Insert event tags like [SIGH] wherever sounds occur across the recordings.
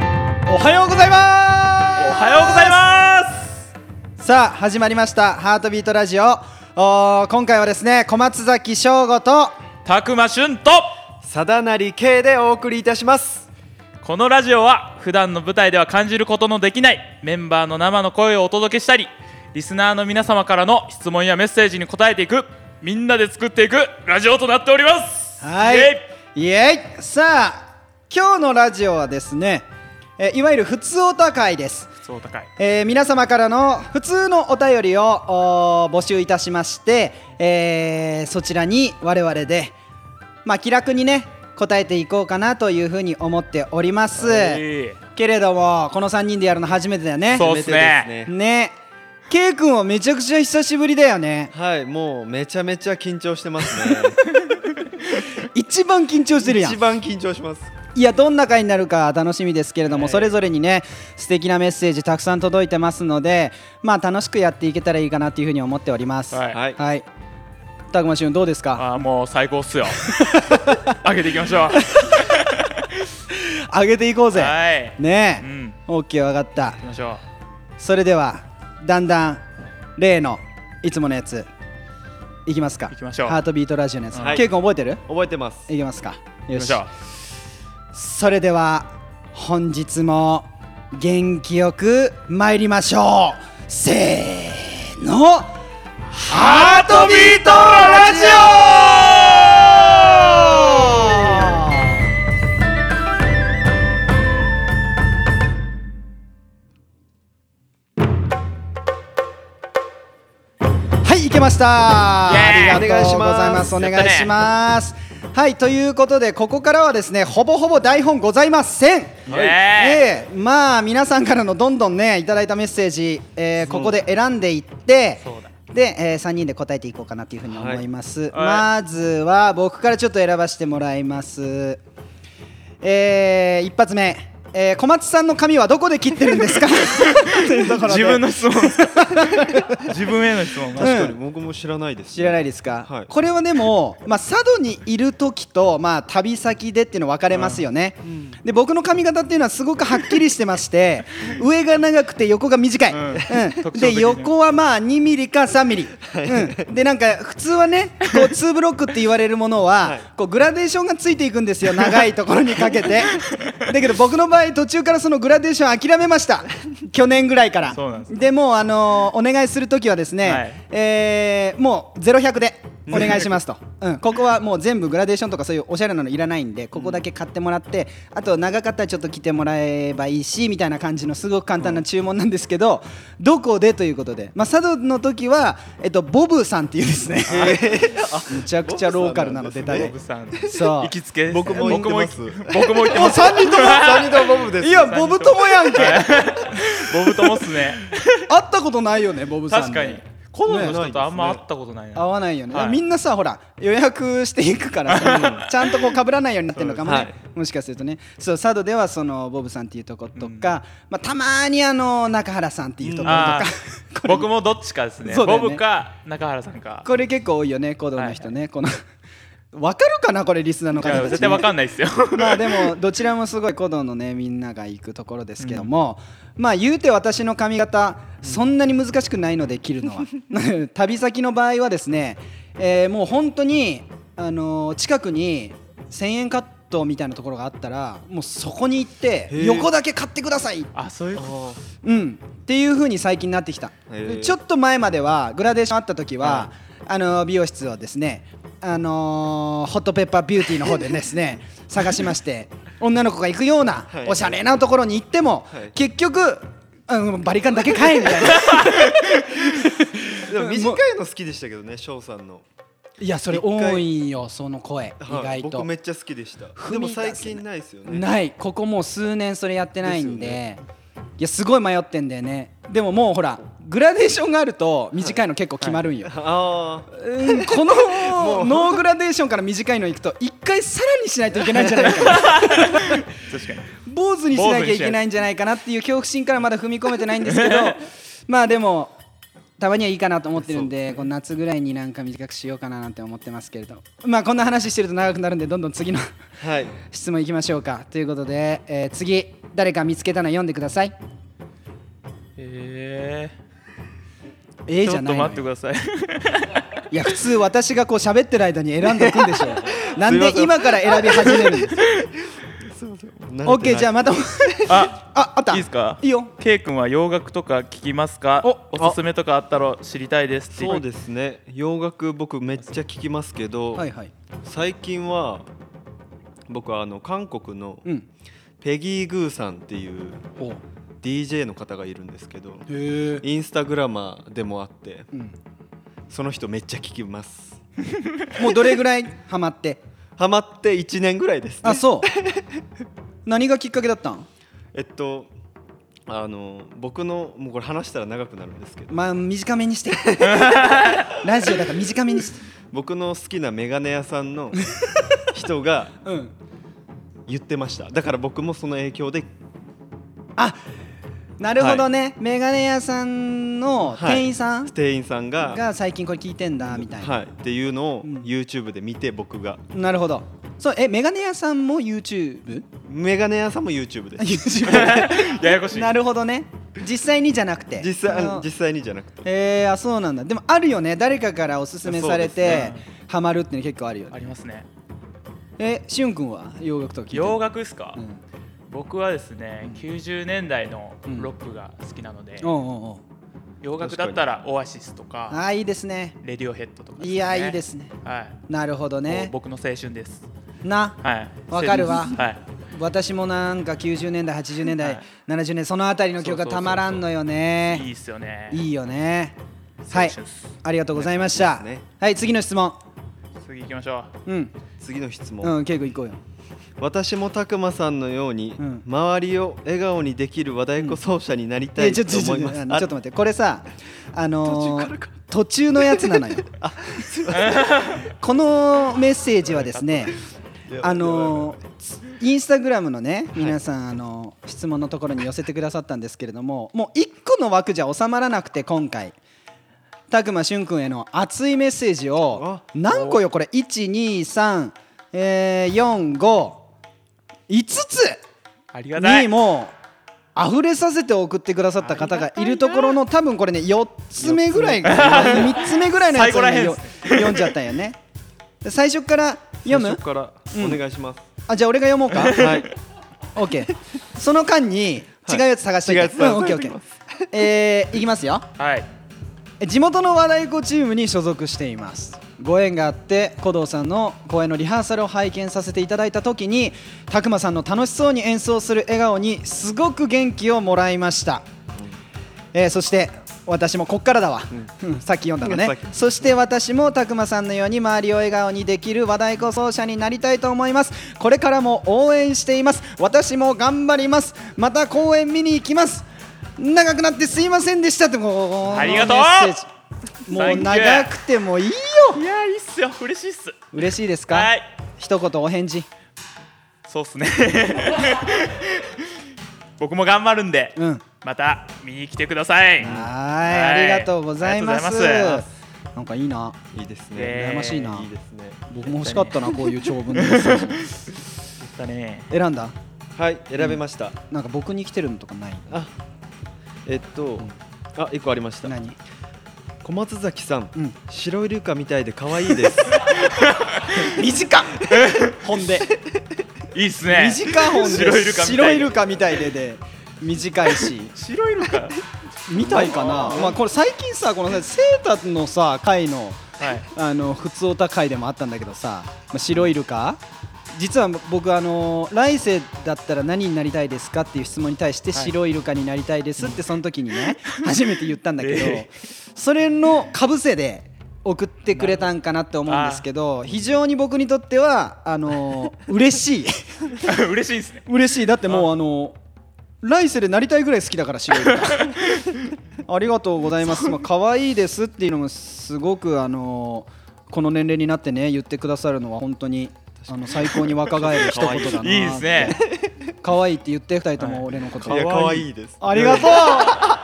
はようございますおはようございますさあ始まりました「ハートビートラジオ」おー今回はですね小松崎翔吾とたくましゅんと貞成圭でお送りいたしますこのラジオは普段の舞台では感じることのできないメンバーの生の声をお届けしたりリスナーの皆様からの質問やメッセージに答えていくみんなで作っていくラジオとなっておりますはいイエイエイさあ今日のラジオはですねえいわゆる普通おた会ですイそう高いえー皆様からの普通のお便りをおー募集いたしまして、えーそちらに我々で、まあ、気楽にね答えていこうかなというふうに思っております、はいけれどもこの3人でやるの初めてだよねそうっすね初めてですね K 君はめちゃくちゃ久しぶりだよねはいもうめちゃめちゃ緊張してます [LAUGHS] 一番緊張してるねやん一番緊張しますいやどんな回になるか楽しみですけれども、はいそれぞれにね素敵なメッセージたくさん届いてますのでまあ楽しくやっていけたらいいかなというふうに思っておりますはいはいはい、たくましゅんどうですかあーもう最高っ [LAUGHS] すよ上げていきましょう上げていこうぜはいねうえ、んオッケー分かった行きましょそれではだんだん例のいつものやついきますかいきましょうハートビートラジオのやつ、はいケイ君覚えてる覚えてますいきますかう行よきまししょうそれでは本日も元気よく参りましょうせーのハートビートラジはい、いけました。イエーイありがとうございます。おお願願いしまいすします。はい、ということで、ここからはですね、ほぼほぼ台本ございません。オイエーイええまあ皆さんからのどんどんねいただいたメッセージ、えーここで選んでいってそうだで、え3人で答えていこうかなというふうに思います、はいまずは僕からちょっと選ばせてもらいますえー、一発目、えー小松さんの髪はどこで切ってるんですか [LAUGHS] というところで自分の質問 [LAUGHS] 自分への質問確かに僕も知らないです知らないいですか、はいこれはでも、まあ、佐渡にいる時と、まあ、旅先でっていうの分かれますよね、で僕の髪型っていうのはすごくはっきりしてまして [LAUGHS] 上が長くて横が短い、うんうん特徴で的に横はまあ2ミリか3ミリ、うん、でなんか普通はねこう2ブロックって言われるものは、はいこうグラデーションがついていくんですよ長いところにかけ [LAUGHS] てだけど僕の場合途中からそのグラデーション諦めました去年ぐらいからそうなんですでもうあのーお願いするときはですね、はいえーもうゼロ百でお願いします [LAUGHS] と、うん、ここはもう全部グラデーションとかそういうおしゃれなのいらないんでここだけ買ってもらって、あと長かったらちょっと着てもらえばいいしみたいな感じのすごく簡単な注文なんですけど、どこでということで、まあ、佐渡の時はえっとボブさんっていうですね [LAUGHS] むちゃくちゃローカルなの出たボりブさんそう行きつけですね僕も行ってます僕も行ってますお三人とも三人ともボブですいやボブともやんけ会 [LAUGHS] ボブともっすねったことないよねボブさん確ねかにコロナのね人とあんま会ったことない合なわないよね、はいみんなさほら予約していくからさちゃんとこう被らないようになってるのかもね、そうでもしかするとねそう佐渡ではそのボブさんっていうとことか、まあ、たまーにあの中原さんっていう [LAUGHS] ところとかあ、ー僕もどっちかですねそうだよボねブか中原さんかこれ結構多いよね鼓動の人ね、このわかるかなこれリスナーのい方たちやね絶対わかんな [LAUGHS] いですよまあでもどちらもすごい古道のねみんなが行くところですけども、まあ言うて私の髪型そんなに難しくないので切るのは [LAUGHS] 旅先の場合はですね、えーもう本当にあのー近くに1000円カットみたいなところがあったらもうそこに行ってへえ横だけ買ってくださいあそういうこうん、っていう風に最近なってきた、へえちょっと前まではグラデーションあった時は、あの美容室をですね、あのーホットペッパービューティーの方でです [LAUGHS] ね探しまして女の子が行くような、はいおしゃれなところに行っても、はい結局、うん、バリカンだけ買えみたいな [LAUGHS] でも短いの好きでしたけどね翔さんのいやそれ多いよその声意はい外と、僕めっちゃ好きでした踏でもみ出せない最近ないですよねないここもう数年それやってないんででいやすごい迷ってんだよねでももうほらグラデーションがあると短いの結構決まるんよ、あうんこのノーグラデーションから短いのいくと一回さらにしないといけないんじゃないか [LAUGHS] なと確かに坊主にし [LAUGHS] なきゃいけないんじゃないかなっていう恐怖心からまだ踏み込めてないんですけどまあでもたまにはいいかなと思ってるんでこう夏ぐらいになんか短くしようかななんて思ってますけれどまあこんな話してると長くなるんでどんどん次のはい質問いきましょうかということで、えー次誰か見つけたの読んでくださいえええちじょゃっなといの待よって [LAUGHS] くださいいや普通私がこう喋ってる間に選んでいくんでしょ [LAUGHS] うなんで今から選び始めるんですオッケーじゃあまたあああったいいですかいいよ K 君は洋楽とか聞きますかおおすすめとかあったら知りたいですってそうですね洋楽僕めっちゃ聞きますけど、はいはい最近は僕はあの韓国のうんペギー・グーさんっていうおへ DJ の方がいるんですけどえインスタグラマーでもあってうんその人めっちゃ聞きますもうどれぐらいハマってハマって1年ぐらいですねあそう何がきっかけだったんえっとあの僕のもうこれ話したら長くなるんですけどまあ短めにしてラジオだから短めにして僕の好きなメガネ屋さ [LAUGHS] んの人がうん言ってましただから僕もその影響であなるほどね、メガネ屋さんのはい店員さん店員さんがが最近これ聞いてんだみたいな、はい、っていうのをうん YouTube で見て僕がなるほどそうえメガネ屋さんも YouTube? [LAUGHS] メガネ屋さんも YouTube です YouTube ややこしいなるほどね実際にじゃなくて実際あの実際にじゃなくてえー、あそうなんだでもあるよね誰かからおすすめされて、そうでハマるっていうの結構あるよあねりますねえしゅんくんは洋楽とか聞いてる洋楽ですか、うん僕はですね90年代のうんロックが好きなので、おうおうおう洋楽だったらオアシスとかあーいいですねレディオヘッドとかですねいやいいですねはいなるほどもうね僕の青春ですなはいわかるわ青春ですはい私もなんか90年代80年代、はい70年代そのあたりの曲がたまらんのよねいいっすよねいいよね青は春っいすありがとうございました、ねはい次の質問次行きましょうん次の質問、うん結構いこうよ私もたくまさんのように、うん周りを笑顔にできる和太鼓奏者になりたえいちとょちょちょ思ちいょまちょっす、あと待ってこれさあのー途中から [LAUGHS] か途中のやつなの [LAUGHS] よこのメッセージはですねやばいあのーインスタグラムのね皆さんあのー質問のところに寄せてくださったんですけれどももう一個の枠じゃ収まらなくて今回拓磨俊君への熱いメッセージをあ何個よこれ123455えー4 5 5つうありがたにいもう溢れさせて送ってくださった方がいるところの多分これね4つ目ぐらい3つ目ぐらいのやつをね最後らへんっよ読んじゃったんよね最初から読最む初からうんお願いします、あじゃあ俺が読もうかはい OK その間に違うやつ探してはい違うやつ探うんし OKOK、といてえーいきますよはい地元の和太鼓チームに所属していますご縁があって鼓童さんの公演のリハーサルを拝見させていただいた時に拓磨さんの楽しそうに演奏する笑顔にすごく元気をもらいました、えーそして私もこっからだわ、うんさっき読んだのさねっきそして私も拓磨さんのように周りを笑顔にできる和太鼓奏者になりたいと思いますこれからも応援しています私も頑張りますまた公演見に行きます長くなってすいませんでしたってこうありがとうメッセージもう Thank you 長くてもいいよいやいいっすよ嬉しいっす嬉しいですか、はい一言お返事そうっ [LAUGHS] すね僕も頑張るんでうんはまた見に来てくださいーいはありがとうございますありがとうございまなんかいいないいですえ羨ーねましいな、いいですね僕も欲しかったなこういう長文のメッセージ [LAUGHS] すだね選んだはい選べました、なんか僕に来てるのとかないあえっと、あ一個ありました何小松崎さん、うん白イルカみたいで可愛いです [LAUGHS] 短っほんでいいっすね短ほんで白イルカみた白イルカみたいでいでで短いし白いのかみたいかなまあこれ最近さこのさセータのさ回のはいあの普通お高いでもあったんだけどさ、まあ、白イルカ実は僕あの来世だったら何になりたいですかっていう質問に対してはい白イルカになりたいですってその時に [LAUGHS] ね初めて言ったんだけど、えそれのかぶせで送ってくれたんかなって思うんですけど非常に僕にとってはあの嬉しい [LAUGHS] 嬉しいんすね嬉しいだってもうあの来世でなりたいぐらい好きだから [LAUGHS] 白イルカありがとうございますまあ可愛いですっていうのもすごくあのこの年齢になってね言ってくださるのは本当にあの最高に若返る一言だなっていいですね可愛いって言って二人とはいも俺のこと、 [LAUGHS] いや可可愛い愛いですありがと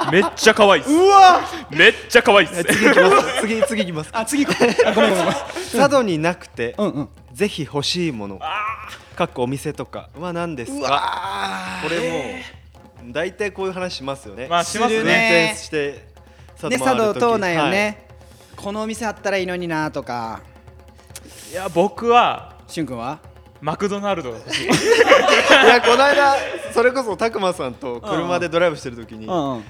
うめっちゃ可愛いっすうわめっちゃ可愛いっす次行きます次次行きますあ次行こうあごめんごめんごめん佐渡になくて、うんうんぜひ欲しいものかっこお店とかは何ですうかわこれもう大体こういう話しますよね、まあしますする運ね転して佐ね回る佐渡時島内よね、このお店あったらいいのになとかいや僕はしゅんくんはマクドナルドが欲しいはいいやこの間それこそ拓磨さんと車でドライブしてる時に、うんうん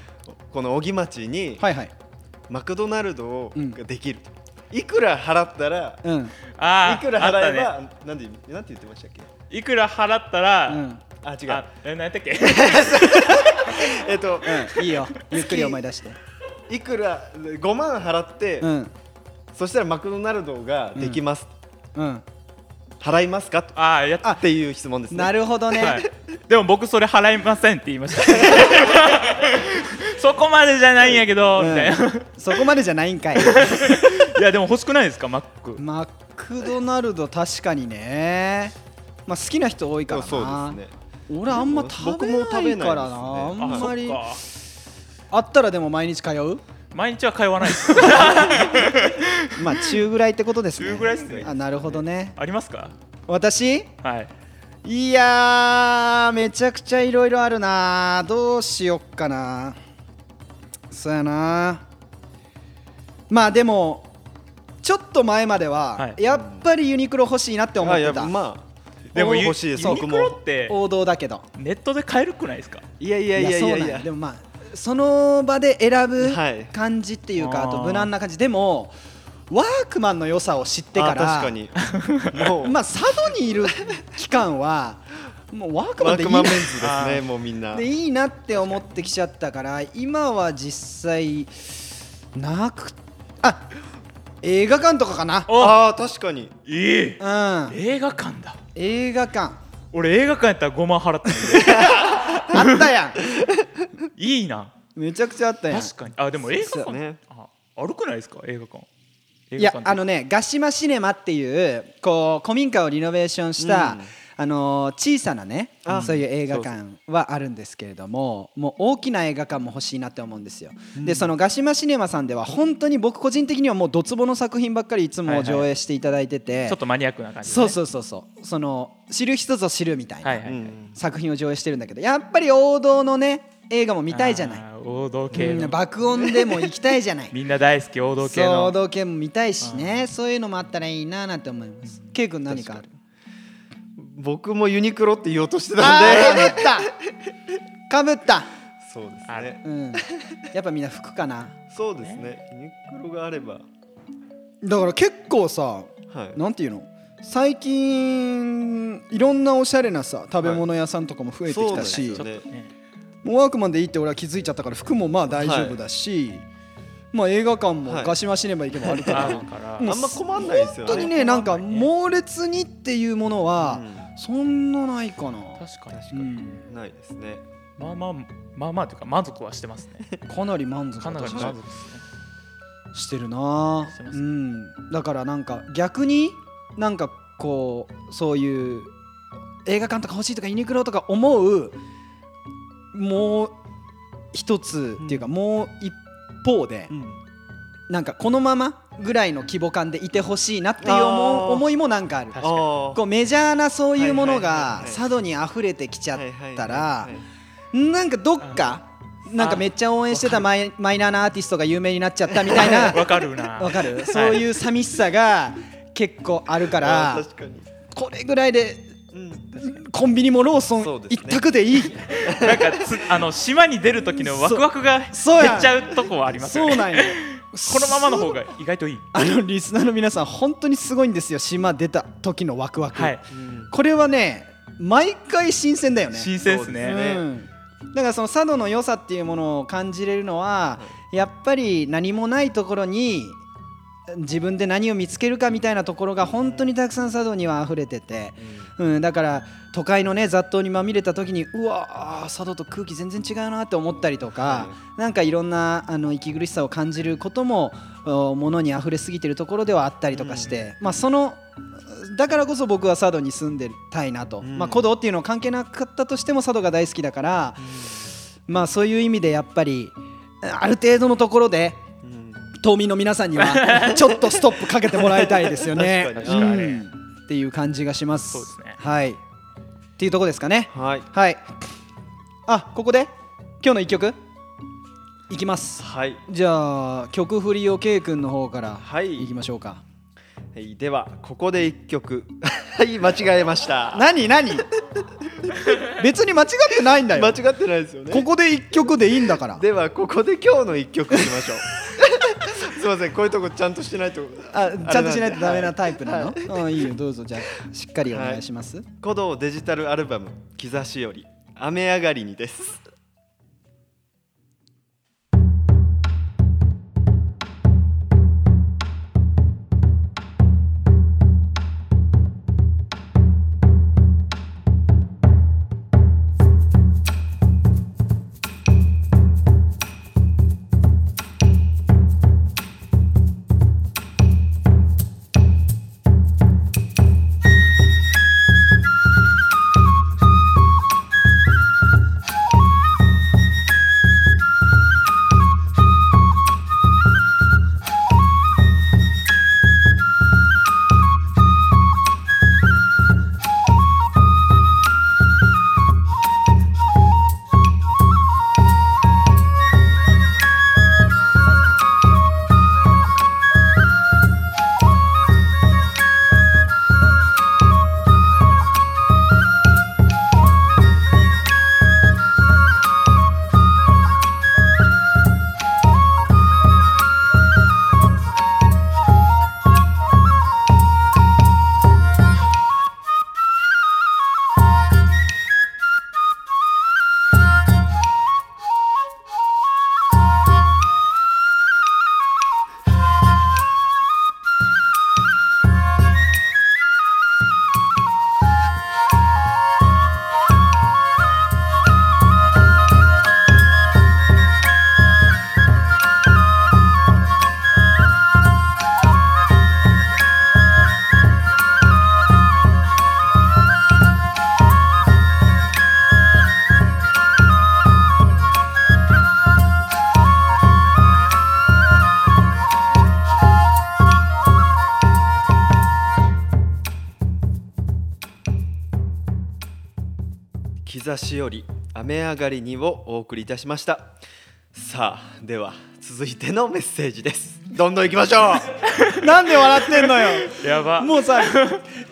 この小木町にはいはいマクドナルドうんができると、いくら払ったら、うんあ [LAUGHS] ーいくら払えあっば、なんでなんて言ってましたっけたねいくら払ったら、うんあ違うあえ何やったっけ [LAUGHS] えっと、いいよゆっくり思い出していくら5万払って、うんそしたらマクドナルドができます、うん払いますかとあーやっっていう質問ですねなるほどね、はい、でも僕それ払いませんって言いました [LAUGHS] そこまでじゃないんやけど、うんみたい [LAUGHS] な [LAUGHS] そこまでじゃないん [LAUGHS] かいいやでも欲しくないですかマックマクドナルド確かにねまあ好きな人多いからなそうですね俺あんま食べな僕も食べないいですねからなああんあそまっりかあったらでも毎日通う毎日は通わないですまあ中ぐらいってことですね中ぐらいっすねあなるほどねありますか私はいいやーめちゃくちゃいろいろあるなどうしよっかなそうやなまあでもちょっと前までは、はいやっぱりユニクロ欲しいなって思っあいてやた、まあでもユ欲しいですユニクロって王道だけどネットで買えるくないですかいやいやいやいやそういなんやでもまあその場で選ぶはい感じっていうか、あーあと無難な感じでもワークマンの良さを知ってからあ確 [LAUGHS] かにもう、まあ佐渡にいる期間はもうワークママンでいいークなっマンメてンズですあねもうみんなでいいなって思ってきちゃったから今は実際なくあ映画館とかかなあああ確かにいいうん映画館だ映画館俺映画館やったら5万払ったんであったやいい [LAUGHS] なんめちゃくちゃあったやん確かにあでも映画そう館、ねああるくないですか映画館映い画や館ってあのねガシマシネマっていうこう古民家をリノベーションした、うんあのー小さなねあそういう映画館はあるんですけれどももう大きな映画館も欲しいなって思うんですよ、でそのガシマシネマさんでは本当に僕個人的にはもうドツボの作品ばっかりいつはいもはい上映していただいてて、ちょっとマニアックな感じ、ね、そうそうそうそうその知る人ぞ知るみたいはいなはい、はいうん作品を上映してるんだけどやっぱり王道のね映画も見たいじゃない、あー王道系うのん爆音でも行きたいじ [LAUGHS] ゃないみんな大好き王道系そうの道系も見たいしね、そういうのもあったらいいななんて思います。ケイ君何かある？僕もユニクロって言おうとしてたんあでーかぶった。かそうですあねぶった。うん。やっぱみんな服かな。そうですねユニクロがあればだから結構さ、はいなんていうの？最近いろんなおしゃれなさ食べ物屋さんとかも増えてきたし、そうですよねねもうワークマンでいいって俺は気づいちゃったから服もまあ大丈夫だし、まあ映画館もはいガシマシネマ行けばあるから、あるからもうあんま困んないですよね本当にねなんか猛烈にっていうものはうそんなないかな。確かに確かうにんないですねまあまあまあまあというか満足はしてますねかなり満足かなり私満は足ですねしてるなしてますうんだからなんか逆になんかこうそういう映画館とか欲しいとかユニクロとか思うもう一つっていうか、もう一方で、なんかこのままぐらいの規模感でいてほしいなっていう思あうー思いもなんかある確かにあこうメジャーなそういうものはいはいはいがはい佐渡に溢れてきちあゃったらはいはいはいはいなんかどっかなんかめっちゃ応援してたマイマイナーなアーティストが有名になっちゃったみたいなわかる [LAUGHS] なわかる、そういう寂しさが結構あるからあー確かにこれぐらいでうんコンビニもローソそうンです一ね択でいいなんかつあの島に出る時のワクワクが減っちそうそうやんゃうとこはありますそよう,、ねなんよこのままの方が意外といいあのリスナーの皆さん本当にすごいんですよ島出た時のワクワク、はいうんこれはね毎回新鮮だよね新鮮ですねそうですねうんだからその佐渡の良さっていうものを感じれるのは、やっぱり何もないところに自分で何を見つけるかみたいなところが本当にたくさん佐渡には溢れてて、うん、だから都会のね雑踏にまみれた時にうわー佐渡と空気全然違うなって思ったりとか、はなんかいろんなあの息苦しさを感じることもおものに溢れすぎてるところではあったりとかして、まあそのだからこそ僕は佐渡に住んでたいなと、んまあ古道っていうのは関係なかったとしても佐渡が大好きだから、まあそういう意味でやっぱりある程度のところでうん島民の皆さんにはちょっとストップかけてもらいたいですよね。確かに確かにうんっていう感じがします。そうですねはい。っていうとこですかね。はいはい。あここで今日の一曲いきます。はいじゃあ曲振りを K 君の方からはいいきましょうか。はいではここで一曲 [LAUGHS] はい間違えました何何 [LAUGHS] 別に間違ってないんだよ。間違ってないですよねここで一曲でいいんだから。ではここで今日の一曲いきましょう [LAUGHS] すいませんこういうとこちゃんとしてないってことあれんでちゃんとしないとダメなはいタイプなの、うん、いいよどうぞじゃあしっかりお願いします、鼓動デジタルアルバム「兆しより雨上がりに」です「兆しより雨上がりに」をお送りいたしましたさあでは続いてのメッセージですどんどんいきま [LAUGHS] しょうなんで笑ってんのよやばもう [LAUGHS] さ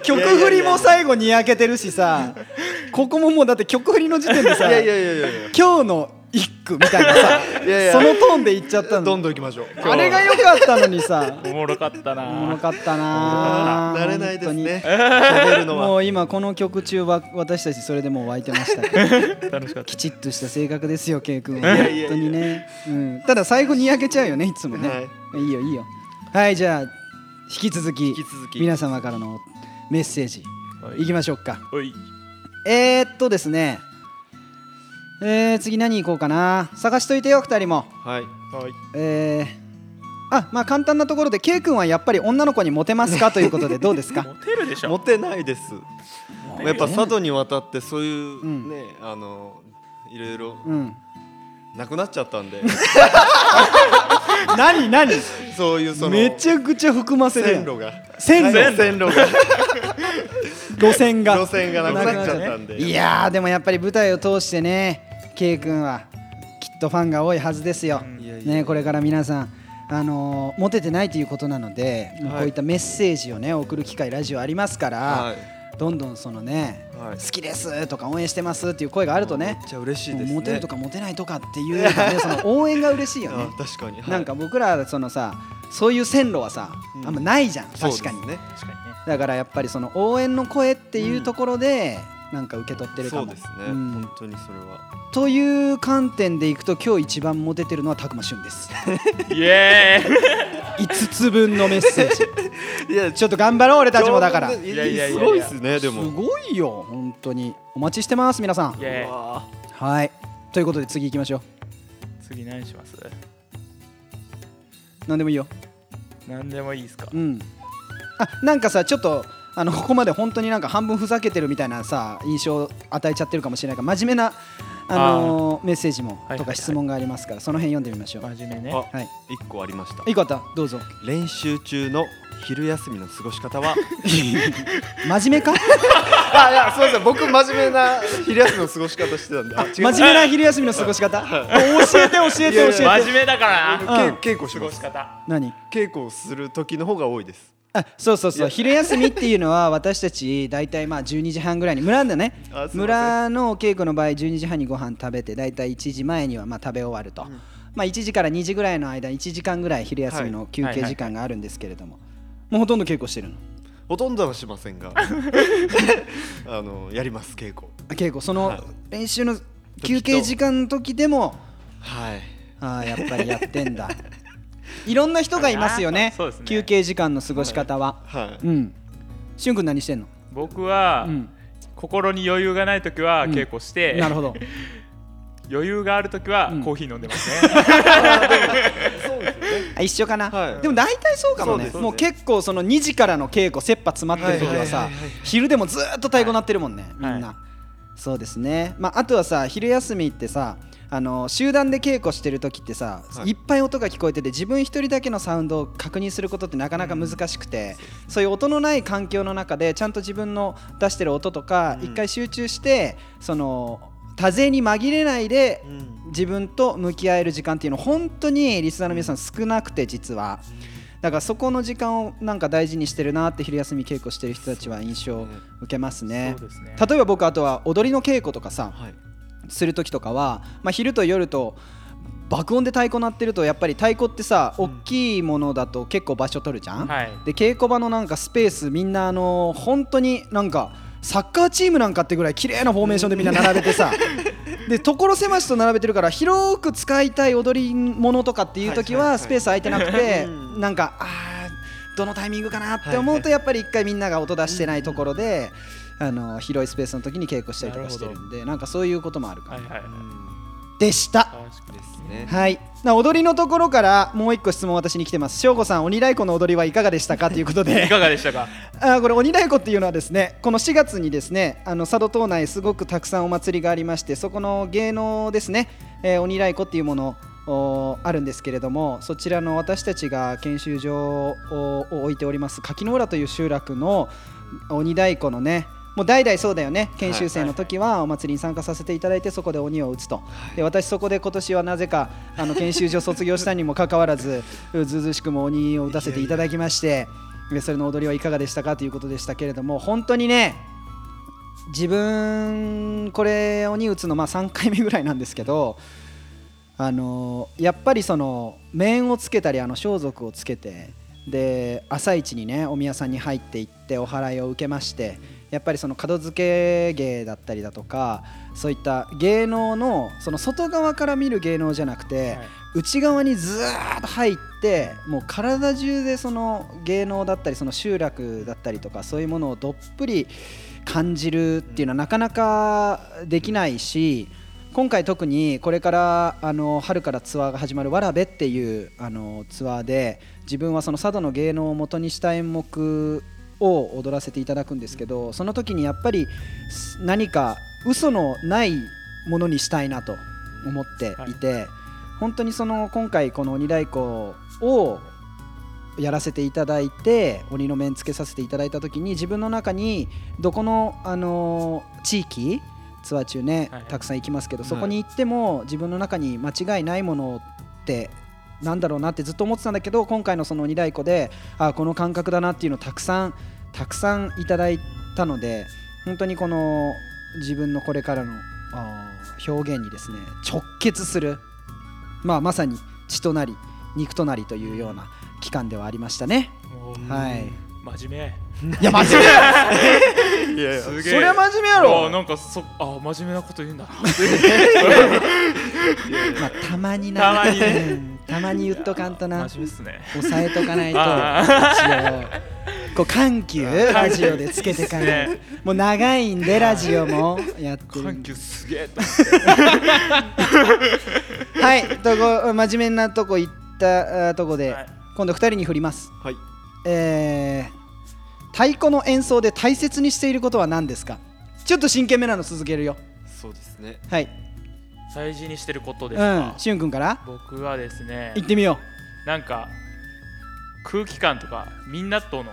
曲振りも最後にやけてるしさここももうだって曲振りの時点でいさやいやいやいやい今日の一句みたいなさ [LAUGHS] いやいやそのトーンで言っちゃったやどのんどんいきましょうあれが良かったのにさ [LAUGHS] おもろかったおもなろかったな慣れないですね本喋る当のにはもう今この曲中は私たちそれでもう湧いてましたけど楽しかったきちっとした性格ですよ、ケイ君いは。やい本や当にね。うん。ただ最後にやけちゃうよね、いつもね。い、いよいいよ。はい、じゃあ引き続き引き続き皆様からのメッセージ、い、きましょうか。おいえー、っとですね。えー、次何行こうかな。探しといてよ、二人も。ははいいえーあまあ簡単なところで、ケイ君はやっぱり女の子にモテますかということで、どうです [LAUGHS] かモテるでしモょテないですやっぱ佐渡に渡ってそういうんうね、あのいろいろうん。なくなっちゃったんで何、何そういうそのめちゃくちゃ含ませるや線ん。路が線路線路が路線が路線がなくなっちゃったんでいやーでもやっぱり舞台を通してね K 君はきっとファンが多いはずですよ、いやいやね、これから皆さんあのーモテてないということなので、もうはいこういったメッセージをね送る機会ラジオありますから、はいどんどんそのね、はい好きですとか応援してますっていう声があるとねめっちゃ嬉しいですねもうモテるとかモテないとかっていうより [LAUGHS] ねその応援が嬉しいよねあ確かにはいなんか僕らそのさそういう線路はさ、うんあんまないじゃんそう確ですかにね確かにねだからやっぱりその応援の声っていうところで、なんか受け取ってるかそもうですねうん本当にそれはという観点でいくと今日一番モテてるのはたくましゅんです [LAUGHS] イエーイ5つ分のメッセージ [LAUGHS] いやちょっと頑張ろう俺たちもだからいすやいいやいややいやすごいですねでもごいよ本当にお待ちしてます皆さんイエーイわあはいということで次行きましょ次何しますう何でもいいよ何でもいいですかうんあなんかさちょっとあのここまで本当になんか半分ふざけてるみたいなさ印象を与えちゃってるかもしれないから真面目なあのーメッセージもはいとはいはかい質問がありますから、その辺読んでみましょう。真面目ねあはい。一個ありましたいいことどうぞ。練習中の昼休みの過ごし [LAUGHS] 方は真面目か？あいやすみません僕真面目な昼休みの過ごし方してたんであ違う真面目な昼休みの過ごし方？教えて教えいやいてや教え真て。面目だからなうんけ稽古し過まごしす方何？稽古をする時の方が多いですあそうそうそう昼休みっていうのは私たち大体まあ12時半ぐらいに村でねあすいません村の稽古の場合12時半にご飯食べて大体1時前にはまあ食べ終わると、まあ、1時から2時ぐらいの間1時間ぐらい昼休みの休憩時間があるんですけれども、もうほとんど稽古してるのほとんどはしませ [LAUGHS] んがあのやります稽古あ稽古そはのい練習の休憩時間の時でもはいああやっぱりやってんだいろんな人がいますよねそうですね休憩時間の過ごし方は、はいうんしゅんくん何してんの、僕は、うん、心に余裕がない時は稽古して、なるほど余裕がある時はうんコーヒー飲んでますね、そうですよねあ一緒かな、はいでも大体そうかもねそうですもう結構その2時からの稽古切羽詰まってる時はさ、はいはいはいはい昼でもずーっと太鼓鳴ってるもんね、みんはいな、そうですね、まあ、あとはさ昼休みってさあの集団で稽古してる時ってさ、はいい、っぱい音が聞こえてて自分一人だけのサウンドを確認することってなかなか難しくて、そういう音のない環境の中でちゃんと自分の出してる音とかうん一回集中して、その多勢に紛れないでうん自分と向き合える時間っていうの本当にリスナーの皆さん少なくて実はだからそこの時間をなんか大事にしてるなって昼休み稽古してる人たちは印象を受けます [LAUGHS] ねそうですね例えば僕あとは踊りの稽古とかさはいする時とかは、まあ、昼と夜と爆音で太鼓鳴ってるとやっぱり太鼓ってさ大きいものだと結構場所取るじゃん、はいで稽古場のなんかスペースみんなあの本当になんかサッカーチームなんかってぐらい綺麗なフォーメーションでみんな並べて [LAUGHS] さで所狭しと並べてるから広く使いたい踊り物とかっていう時はいはいははいスペース空いてなくてうんなんかあーどのタイミングかなって思うはいはとやっぱり一回みんなが音出してないところであの広いスペースの時に稽古したりとかしてるんでなんかそういうこともあるかはいらはいうんでした。確かにですねはい、な踊りのところからもう一個質問私に来てます。しょうごさん鬼太鼓の踊りはいかがでしたかということでいかがでしたかあーこれ鬼太鼓っていうのはですねこの4月にですねあの佐渡島内すごくたくさんお祭りがありましてそこの芸能ですね、えー鬼太鼓っていうものおーあるんですけれどもそちらの私たちが研修所をを置いております柿の浦という集落の鬼太鼓のねもう代々そうだよね研修生の時はお祭りに参加させていただいてそこで鬼を打つと、で私そこで今年はなぜかあの研修所卒業したにもかかわらずうずうずしくも鬼を打たせていただきましてでそれの踊りはいかがでしたかということでしたけれども本当にね自分これ鬼打つのまあ3回目ぐらいなんですけどあのやっぱりその面をつけたりあの装束をつけてで朝一にねお宮さんに入っていってお祓いを受けましてやっぱりその門付け芸だったりだとかそういった芸能のその外側から見る芸能じゃなくて、はい内側にずーっと入ってもう体中でその芸能だったりその集落だったりとかそういうものをどっぷり感じるっていうのはなかなかできないし今回特にこれからあの春からツアーが始まる「わらべ」っていうあのツアーで自分はその佐渡の芸能を元にした演目を踊らせていただくんですけどその時にやっぱりす何か嘘のないものにしたいなと思っていて、本当にその今回この鬼太鼓をやらせていただいて鬼の面つけさせていただいた時に自分の中にどこの、あのー地域ツアー中ね、はいたくさん行きますけどはいそこに行っても自分の中に間違いないものってなんだろうなってずっと思ってたんだけど今回のその鬼太鼓であこの感覚だなっていうのをたくさんたくさんいただいたので本当にこの自分のこれからのあー表現にですね直結する、まあ、まさに血となり肉となりというような期間ではありましたね。もうはい、真面いやマジでいやいや目すげえそりゃ真面目やあろ、なんかそあ真面目なこと言うんだなまあ、たまになたまにね [LAUGHS] うんたまに言っとかんとな真面目っすね抑えとかないとあ一応こう緩急ラジオでつけてかない緩急いいっもう長いんでラジオもやってる緩んで急すげえはいとこ真面目なとこ行ったあーとこで、はい今度二人に振りますはいえー、太鼓の演奏で大切にしていることは何ですかちょっと真剣めなの続けるよそうですねはい大事にしてることですうかん、、しゅんくんから僕はですね行ってみよなんか空気感とかみんなとの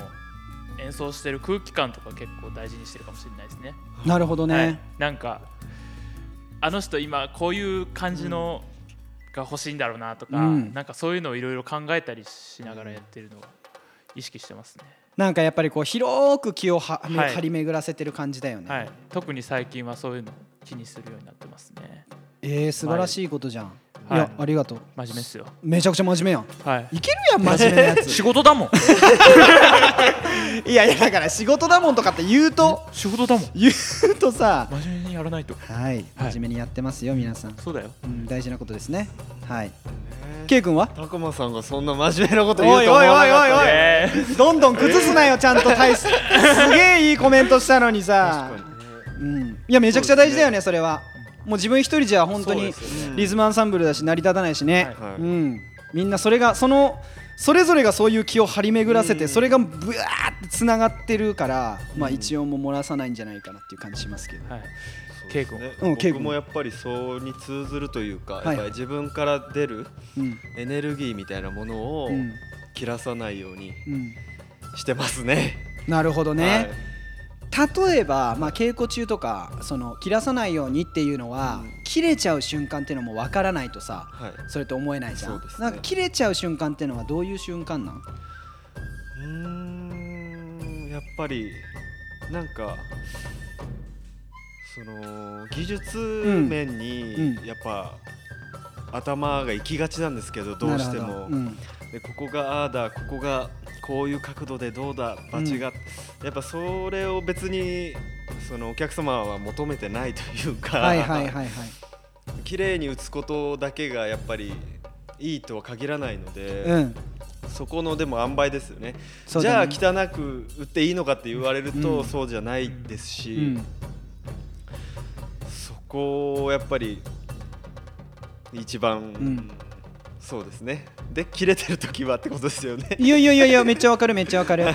演奏してる空気感とか結構大事にしてるかもしれないですね。うなるほどね、はい、なんかあの人今こういう感じのが欲しいんだろうなとか、うんなんかそういうのをいろいろ考えたりしながらやってるのを意識してますね。なんかやっぱりこう広く気をは、はい張り巡らせてる感じだよね、はい、特に最近はそういうのを気にするようになってますね。えー、素晴らしいことじゃん、、はいいやありがとう真面目っすよ。めちゃくちゃ真面目やんはい。いけるやん真面目なやつ [LAUGHS] 仕事だもん。 [LAUGHS] いやいやだから仕事だもんとかって言うと仕事だもん。言うとさ真面目にやらないと。はいはい真面目にやってますよ皆さん、そうだよ。うん、大事なことですねはいケイ君はたくまさんがそんな真面目なこと言うと思わなかおったいおいおいおいおいえどんどん崩すなよちゃんと大しすげえいいコメントしたのにさ確かにねうん、いやめちゃくちゃ大事だよねそれはもう自分一人じゃ本当そうにですよねリズムアンサンブルだし成り立たないしね、はいはいうん、みんなそれがそのそれぞれがそういう気を張り巡らせてそれがブワーってつながってるから、まあ、一音も漏らさないんじゃないかなっていう感じしますけど、ーはい。そうケイです君。ねうんケイ君僕もやっぱりそうに通ずるというか、いやっぱり自分から出るうんエネルギーみたいなものをうん切らさないようにうん、してますね。なるほどね、はい例えば、まあ、稽古中とかその切らさないようにっていうのは、切れちゃう瞬間っていうのも分からないとさはい。それって思えないじゃん,、そうですねなんか切れちゃう瞬間っていうのはどういう瞬間なんうーんやっぱりなんかその技術面うんにうんやっぱ、頭が行きがちなんですけどどうしてなるほも、どうんでここがああだここがこういう角度でどうだバチが、やっぱそれを別にそのお客様は求めてないというか、はいはいはいは [LAUGHS] い綺麗に打つことだけがやっぱりいいとは限らないので、うんそこのでも塩梅ですよねそうじだゃあね汚く打っていいのかって言われると、うんそうじゃないですし、うんそこをやっぱり一番、んそうですねで切れてる時はってことですよね。いやいやいやいやめっちゃわかるめっちゃわかる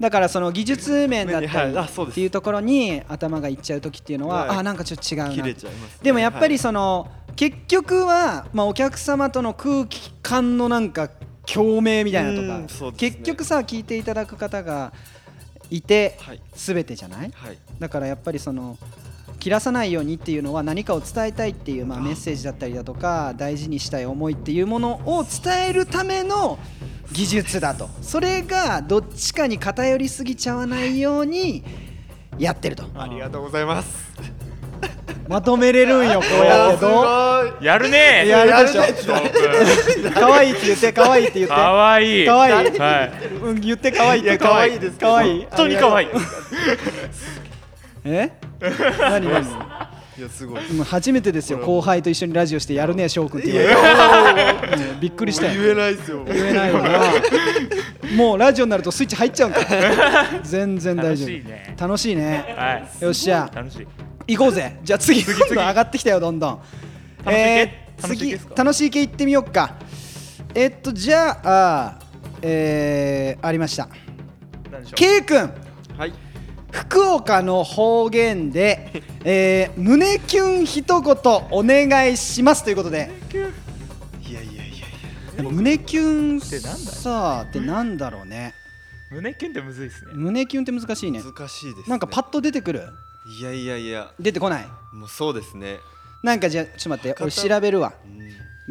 だからその技術面だっはいあたそりっうですていうところに頭がいっちゃう時っていうのは、はいあなんかちょっと違う切なれちゃいますね、でもやっぱりはいその、結局は、まあ、お客様との空気感のなんか共鳴みたいなとうんか、そうですね結局さ聞いていただく方がいて、はい全てじゃないはいだからやっぱりその切らさないようにっていうのは何かを伝えたいっていう、まあ、メッセージだったりだとか大事にしたい思いっていうものを伝えるための技術だとそれがどっちかに偏りすぎちゃわないようにやってるとありがとうございます。まとめれるん [LAUGHS] よこうややってどうすごいやるねー。やるでしょ翔く可愛いって言って可愛いって言っん。てかわいい。可愛いはい。うん言って可愛いっていや可愛いですけど可愛い本当に可愛い。え何何いやすごい。もう初めてですよ後輩と一緒にラジオしてやるね翔くんって言われてうんびっくりしたよ言えないですよ。言えないからもうラジオになるとスイッチ入っちゃうん [LAUGHS] か全然大丈夫楽しいね楽しいねはい。よっしゃ楽しい。行こうぜじゃあ次どんどん上がってきたよどんどん楽しい系楽しい系次ですか楽しい系行ってみようかえっとじゃああーえーありました何でしょう。 K 君はい。福岡の方言 [LAUGHS] で、えー胸キュン一言お願いしますということでいやいやいやいや。でも胸キュンってなんだよさあってなんだろうね胸キュンってむずいですね。胸キュンって難しいね難しいです、ね。なんかパッと出てくるいやいやいや。出てこないもうそうですね。なんかじゃあちょっと待って俺博多調べるわうん。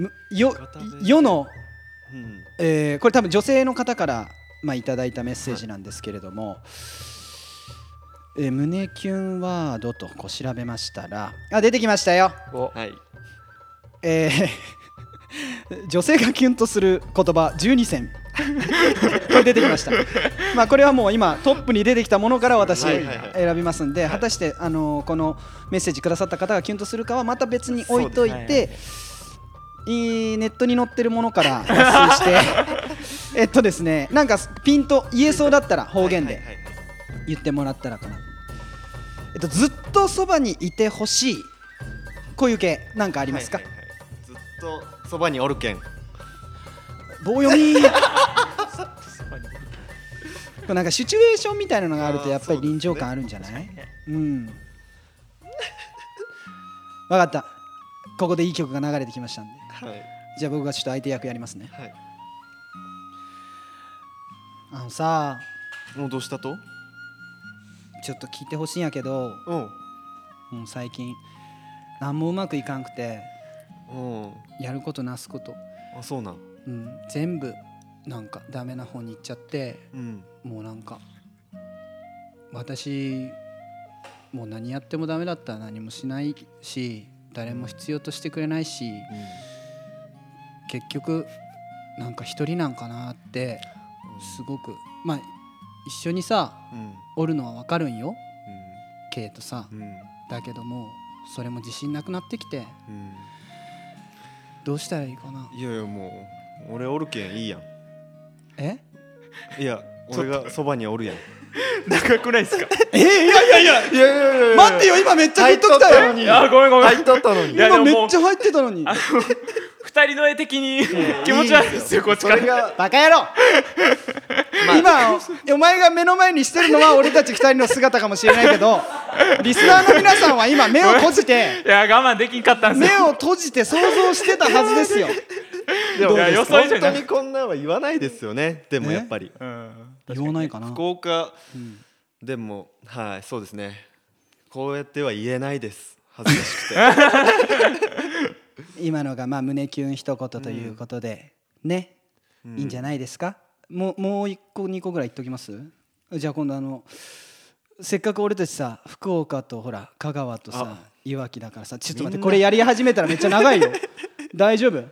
むよ博多弁世の、うんえーこれ多分女性の方から、まあ、いただいたメッセージなんですけれども、えー胸キュンワードとこう調べましたらあ出てきましたよお。はい。えー女性がキュンとする言葉12選これ出てきましたまあこれはもう今トップに出てきたものから私はいはいはい選びますんで果たしてあのーこのメッセージくださった方がキュンとするかはまた別に置いといそうてでいいネットに載ってるものから抜粋して [LAUGHS] えっとですねなんかピンと言えそうだったら方言はいではいはいはい言ってもらったらかなえっとずっとそばにいてほしいこういう系なんかありますか、はいはいはいずっとそばにおるけん。棒読み [LAUGHS] そばにいるなんかシチュエーションみたいなのがあるとやっぱあーそりうですね臨場感あるんじゃないねうん分かったここでいい曲が流れてきましたんではいじゃあ僕がちょっと相手役やりますねはいあのさもうどうしたとちょっと聞いてほしいんやけどうんもう最近何もうまくいかんくてうんやることなすこと、あそうなんうん、全部なんかダメな方に行っちゃってうんもうなんか私もう何やってもダメだったら何もしないし誰も必要としてくれないし結局なんか一人なんかなってすごくまあ一緒にさうんうんおるのはわかるんよケイとさうんうんだけどもうそれも自信なくなってきてうんどうしたらいいかないやいやもう俺おるけんいいやんえいや俺がそばにおるやん長くないですかえいやいやいやいやいやいや待ってよ今めっちゃ振っときたよにいやごめんごめん入っとったのにいやで今もめっちゃ入ってたのに二人の絵的に気持ち悪いですよこっちかそれらがバカ野郎、今お前が目の前にしてるのは俺たち二人の姿かもしれないけどリスナーの皆さんは今目を閉じて [LAUGHS] いや我慢できんかったんです目よを閉じて想像してたはずですよでいもや予想以上本に当にこんなんは言わないですよねでもやっぱりうん言わないかな福岡でもはいそうですねこうやっては言えないです恥ずか [LAUGHS] しくて今のがまあ胸キュン一言ということで、ね、いいんじゃないですかもうもう一個二個ぐらい言っときますじゃあ今度あのせっかく俺たちさ福岡とほら香川とさいわきだからさちょっと待ってこれやり始めたらめっちゃ長 [LAUGHS] いよ大丈夫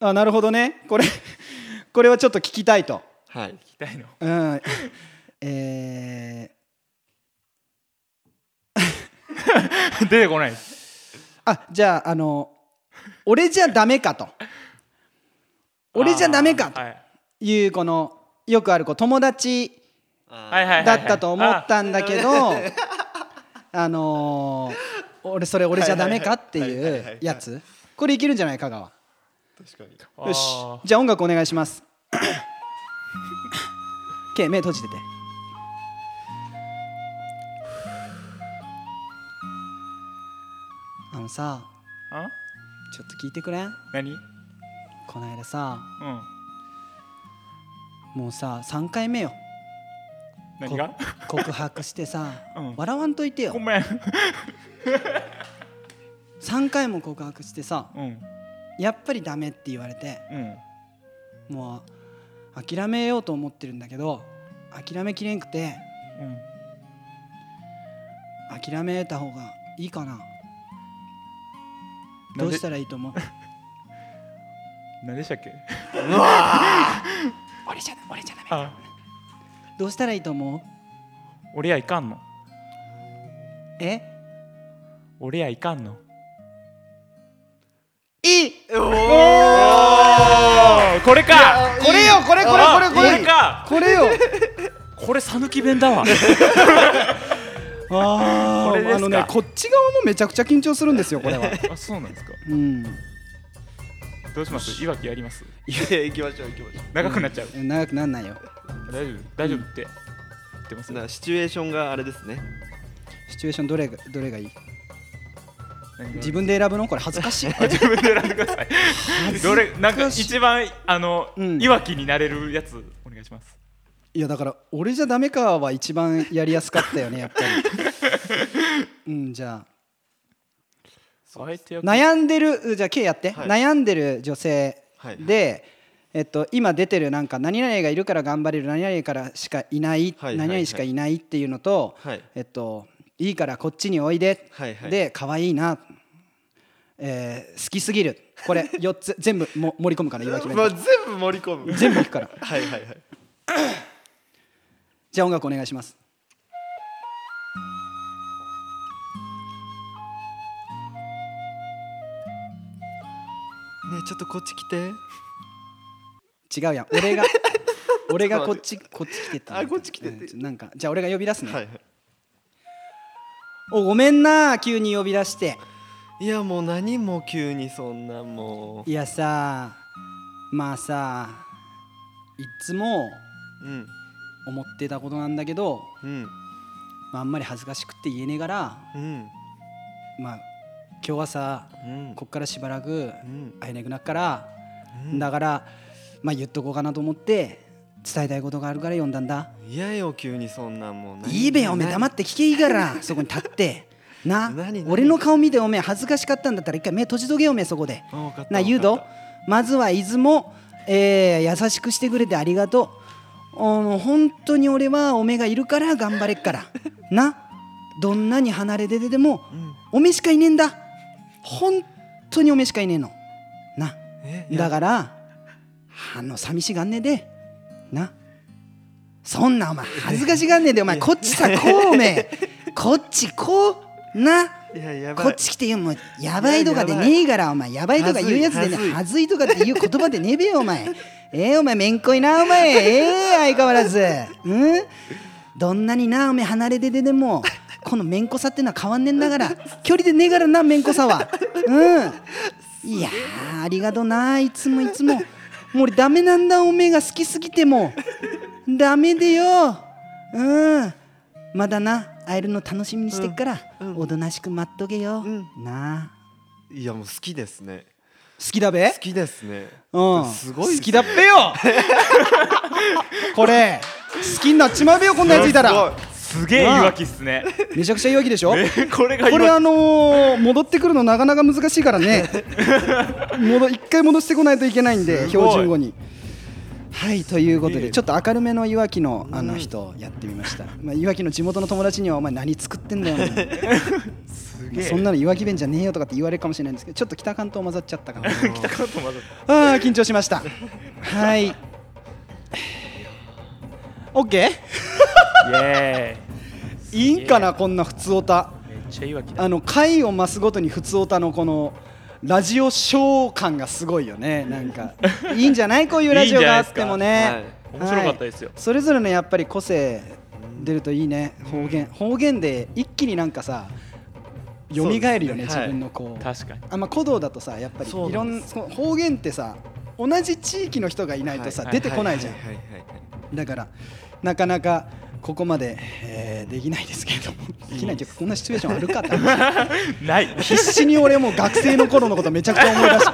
あなるほどねこれ [LAUGHS] これはちょっと聞きたいとはい聞きたいのうんえー、出てこないですあじゃああの俺じゃダメかと俺じゃダメかとあーはいいうこのよくあるこう友達はいはいはいだったと思ったんだけどあのー俺それ俺じゃダメかっていうやつこれいけるんじゃない香川確かによしあじゃあ音楽お願いします OK 目閉じててあのさーんちょっと聞いてくれん何うんこの間さもうさ3回目よ何がこ [LAUGHS] 告白してさ、うん笑わんといてよごめん3回も告白してさうんやっぱりダメって言われてうんもう諦めようと思ってるんだけど諦めきれんくてうん諦めた方がいいかなどうしたらいいと思う何でしたっけ俺じゃ俺じゃダメあどうしたらいいと思う俺やいかんのえ俺やいかんのいいおこれかこれよこれこれこれこあれかこ [LAUGHS] れよこれ讃岐弁だわあこれですーあかのねこっち側もめちゃくちゃ緊張するんですよこれは [LAUGHS] あそうなんですかうんどうしますいわきやりますいや行きましょう行きましょ長くなっちゃう長くなんないよ大丈夫大丈夫って言ってますうなシチュエーションがあれですねシチュエーションどれがどれがいい何が自分で選ぶのこれ恥ずか [LAUGHS] しいあ自分で選んでくだ [LAUGHS] さいどれなんか一番あの、うんいわきになれるやつお願いしますいやだから俺じゃダメかは一番やりやすかった [LAUGHS] よねやっぱりうんじゃあ相手役悩んでるじゃあ K やって、はい悩んでる女性はいで、えっと、今出てるなんか何々がいるから頑張れる何々からしかいない、はいは何い々しかいないっていうのと、はいえっと、いいからこっちにおいで、はいはいで可愛いな、えー好きすぎるこれ4つ全部も盛り込むから言い訳弁 [LAUGHS] まあ全部盛り込む当全部いくから [LAUGHS] はいはいはいじゃあ音楽お願いしますねえちょっとこっち来て違うやん俺 [LAUGHS] が俺がこっちこっち来てたあこっち来ててうんょなんかじゃあ俺が呼び出すね、はいはおごめんな急に呼び出していいやもう何も急にそんなもいやさまあさいつもううん思ってたことなんだけど、うんまあ、あんまり恥ずかしくって言えねえからうんまあ今日はさうんこっからしばらくうん会えなくなっから、うんだからまあ言っとこうかなと思って伝えたいことがあるから呼んだんだ嫌よ急にそんなんもう何いいべよおめえ黙何って聞けいいからそこに立ってな何何俺の顔見ておめえ恥ずかしかったんだったら一回目閉じとけおめえそこであわかったなわかった言うどまずは出雲、えー優しくしてくれてありがとうあの本当に俺はおめえがいるから頑張れっから [LAUGHS] などんなに離れててでも、おめえしかいねえんだ本当におめえしかいねえのなえいやだからあの寂しがんねえでなそんなお前恥ずかしがんねえでお前こっちさこうおめえこっちこうないややばいこっち来て言うもうやばいとかでねえからお前やばいとか言うやつでねはずいはずいとかっていう言葉でねえべよお前 [LAUGHS] ええお前めんこいなお前ええ相変わらずうんどんなになおめえ離れててでもこのめんこさってのは変わんねえんだから距離でねえからなめんこさはうんいやーありがとな、いつもいつも。もう俺ダメなんだ、おめえが好きすぎても。ダメでよ。うん。まだな、会えるの楽しみにしてっから、おとなしく待っとけよ。なあ。いやもう好きですね好きだべ好きですねうん。すごい好きだっべよ [LAUGHS] これ、好きになっちまうべよ、こんなやついたら。すげえ言い訳っすねめちゃくちゃいいわけでしょえ [LAUGHS] これこが言いれ訳あのー戻ってくるの [LAUGHS] なかなか難しいから [LAUGHS] ね戻一回戻してこないといけないんですごい標準語に。はいということいいでねちょっと明るめのいわきのあの人をやってみま [LAUGHS] した、まあ、いわきの地元の友達には「お前何作ってんだよ」お前すそんなのいわき弁じゃねえよとかって言われるかもしれないんですけどちょっと北関東混ざっちゃったかなあ [LAUGHS] 北関東まだー緊張しましたはいオッケイエーいいんかなこんな普通オターイめっちゃ言い訳だあの回を増すごとに普通オタのこのラジオショー感がすごいよねなんかいいんじゃないこういうラジオがあってもねいんじゃないですかはい面白かったですよそれぞれのやっぱり個性出るといいね方言方言で一気になんかさ蘇るよねそうですね自分のこう、確かにあんまあ、古道だとさやっぱりそういなろんんでその方言ってさ同じ地域の人がいないとさ、はい出てこないじゃん、ははいはいはいだからなかなかここまで、えーできないですけれどもできないというかこんなシチュエーションあるかって話ない必死に俺もう学生の頃のことめちゃくちゃ思い出して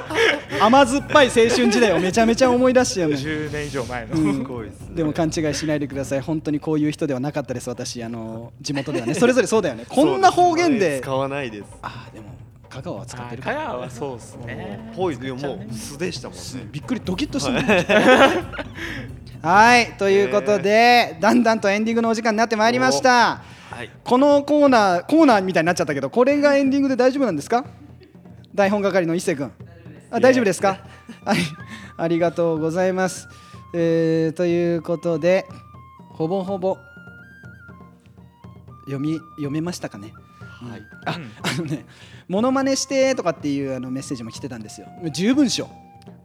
甘酸っぱい青春時代をめちゃめちゃ思い出してよね10年以上前の、うんすごいですねでも勘違いしないでください本当にこういう人ではなかったです私あの地元ではねそれぞれそうだよねこんな方言で使わないですあーでも香川は使ってるか香ら川はそうっすねぽいでもう素でしたもんねびっくりドキッとしたもん [LAUGHS] はいということでだんだんとエンディングのお時間になってまいりましたはいこのコーナーコーナーみたいになっちゃったけどこれがエンディングで大丈夫なんですか台本係の伊勢君あ大丈夫ですかはいありがとうございます、えーということでほぼほぼ読み読めましたかねはいあ [LAUGHS] あのねモノマネしてとかっていうあのメッセージも来てたんですよ十分っしょ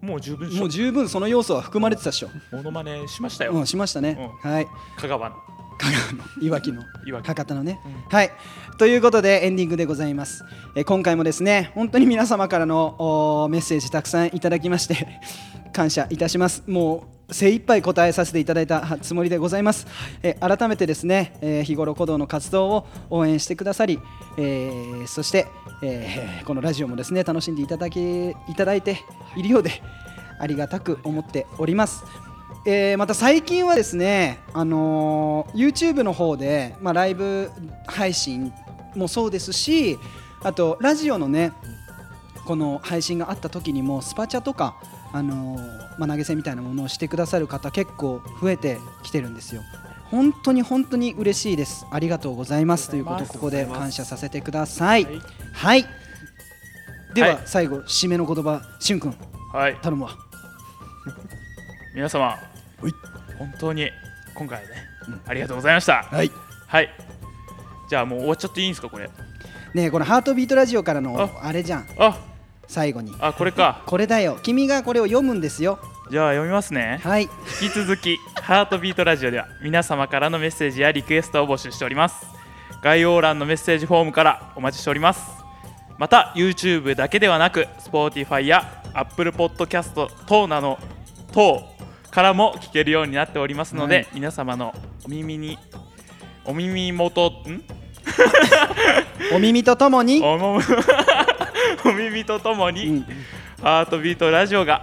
もう十分もう十分その要素は含まれてたっしょモノマネしましたよ、うんしましたね、はい香川の香川のいわき [LAUGHS] のいわき博多のね、はいということでエンディングでございます、えー今回もですね本当に皆様からのおーメッセージたくさんいただきまして [LAUGHS] 感謝いたしますもう精一杯答えさせていただいたつもりでございます、えー改めてですね、えー日頃鼓動の活動を応援してくださり、えーそして、えーこのラジオもですね楽しんでいただけいただいているようでありがたく思っておりますえーまた最近はですね、あのー YouTube の方で、まあ、ライブ配信もそうですしあとラジオのねこの配信があった時にもスパチャとか、あのーまあ、投げ銭みたいなものをしてくださる方結構増えてきてるんですよ。本当に本当に嬉しいです。ありがとうございますということをここで感謝させてください。はい。ではいは最後締めの言葉、しゅんくんはい頼むわ。皆様はい本当に今回ね、ありがとうございましたはい。はいじゃあもう終わっちゃっていいんですかこれねえこのハートビートラジオからのあれじゃん。あ最後にあこれかこれだよ君がこれを読むんですよじゃあ読みますねはい引き続き「ハートビートラジオ」では皆様からのメッセージやリクエストを募集しております概要欄のメッセージフォームからお待ちしておりますまた YouTube だけではなく Spotify や Apple Podcast 等など等からも聞けるようになっておりますので、はい皆様のお耳にお耳元んお耳とともにおも [LAUGHS] お耳とともうにんハートビートラジオが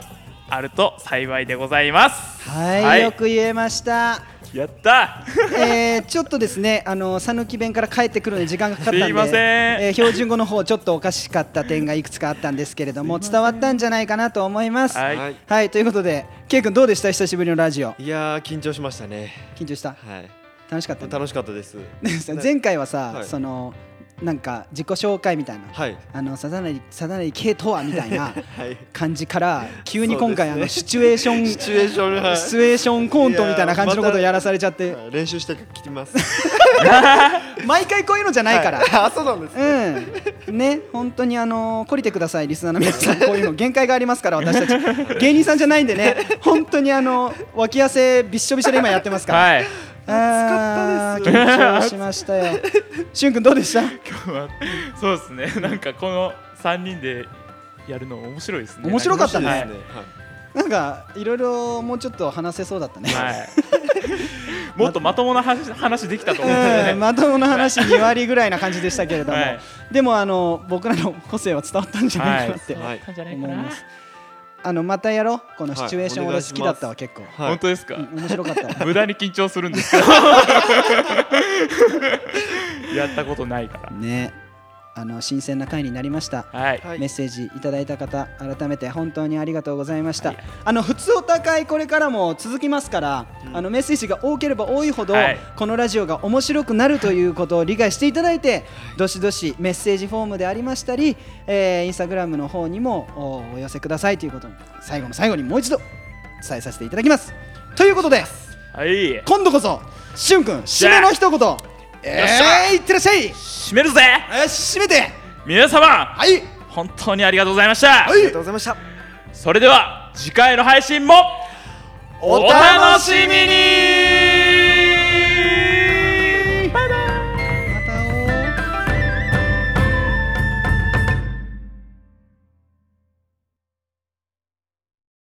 あると幸いでございますはい、よく言えました。やったえー、ちょっとですね、あの讃岐弁から帰ってくるのに時間がかかったんで、すいませんえー標準語の方ちょっとおかしかった点がいくつかあったんですけれども、伝わったんじゃないかなと思います。ははいい、ということで、ケイ君どうでした久しぶりのラジオ。いやー緊張しましたね緊張した。はい楽しかった。楽しかったです [LAUGHS] 前回はさ、はいそのなんか自己紹介みたいな、はいあのさざなりさざなり系とはみたいなはい感じから急に今回、そうあですねのシチュエーションシチュエーションがシチュエーションコントみたいな感じのことをやらされちゃって、はい練習してきてます毎回こういうのじゃないから、はいあそうなんですねうんね本当にあのー懲りてくださいリスナーの皆 [LAUGHS] さんこういうの限界がありますから私たち芸人さんじゃないんでね本当にあの脇汗びっしょびしょで今やってますから、はいあー緊張しましたよしゅんくんどうでした今日はそうですねなんかこの3人でやるの面白いですね面白かったねははいいなんかいろいろもうちょっと話せそうだったね、はい、もっとまともな話話できたと思うんですようんね。まともな話2割ぐらいな感じでしたけれども、はいでもあの僕らの個性は伝わったんじゃないかなって、はいなんじゃないか思いなますあのまたやろうこのシチュエーション、はい俺好きだったわ結構、はい本当ですか、うん面白かったわ無駄に緊張するんですけどやったことないかねあの新鮮な回になりました、らはい、はいメッセージいただいた方改めて本当にありがとうございました、はいあの普通お高いこれからも続きますから、あのメッセージが多ければ多いほど、はいこのラジオが面白くなるということを理解していただいて、どしどしメッセージフォームでありましたり、えーインスタグラムの方にもおお寄せくださいということに最後の最後にもう一度伝えさせていただきますということではい、今度こそしゅんくん締めの一言えー、いってらっしゃい締めるぜえー締めて皆様はい本当にありがとうございました、ありがとうございましたそれでは次回の配信もお楽しみに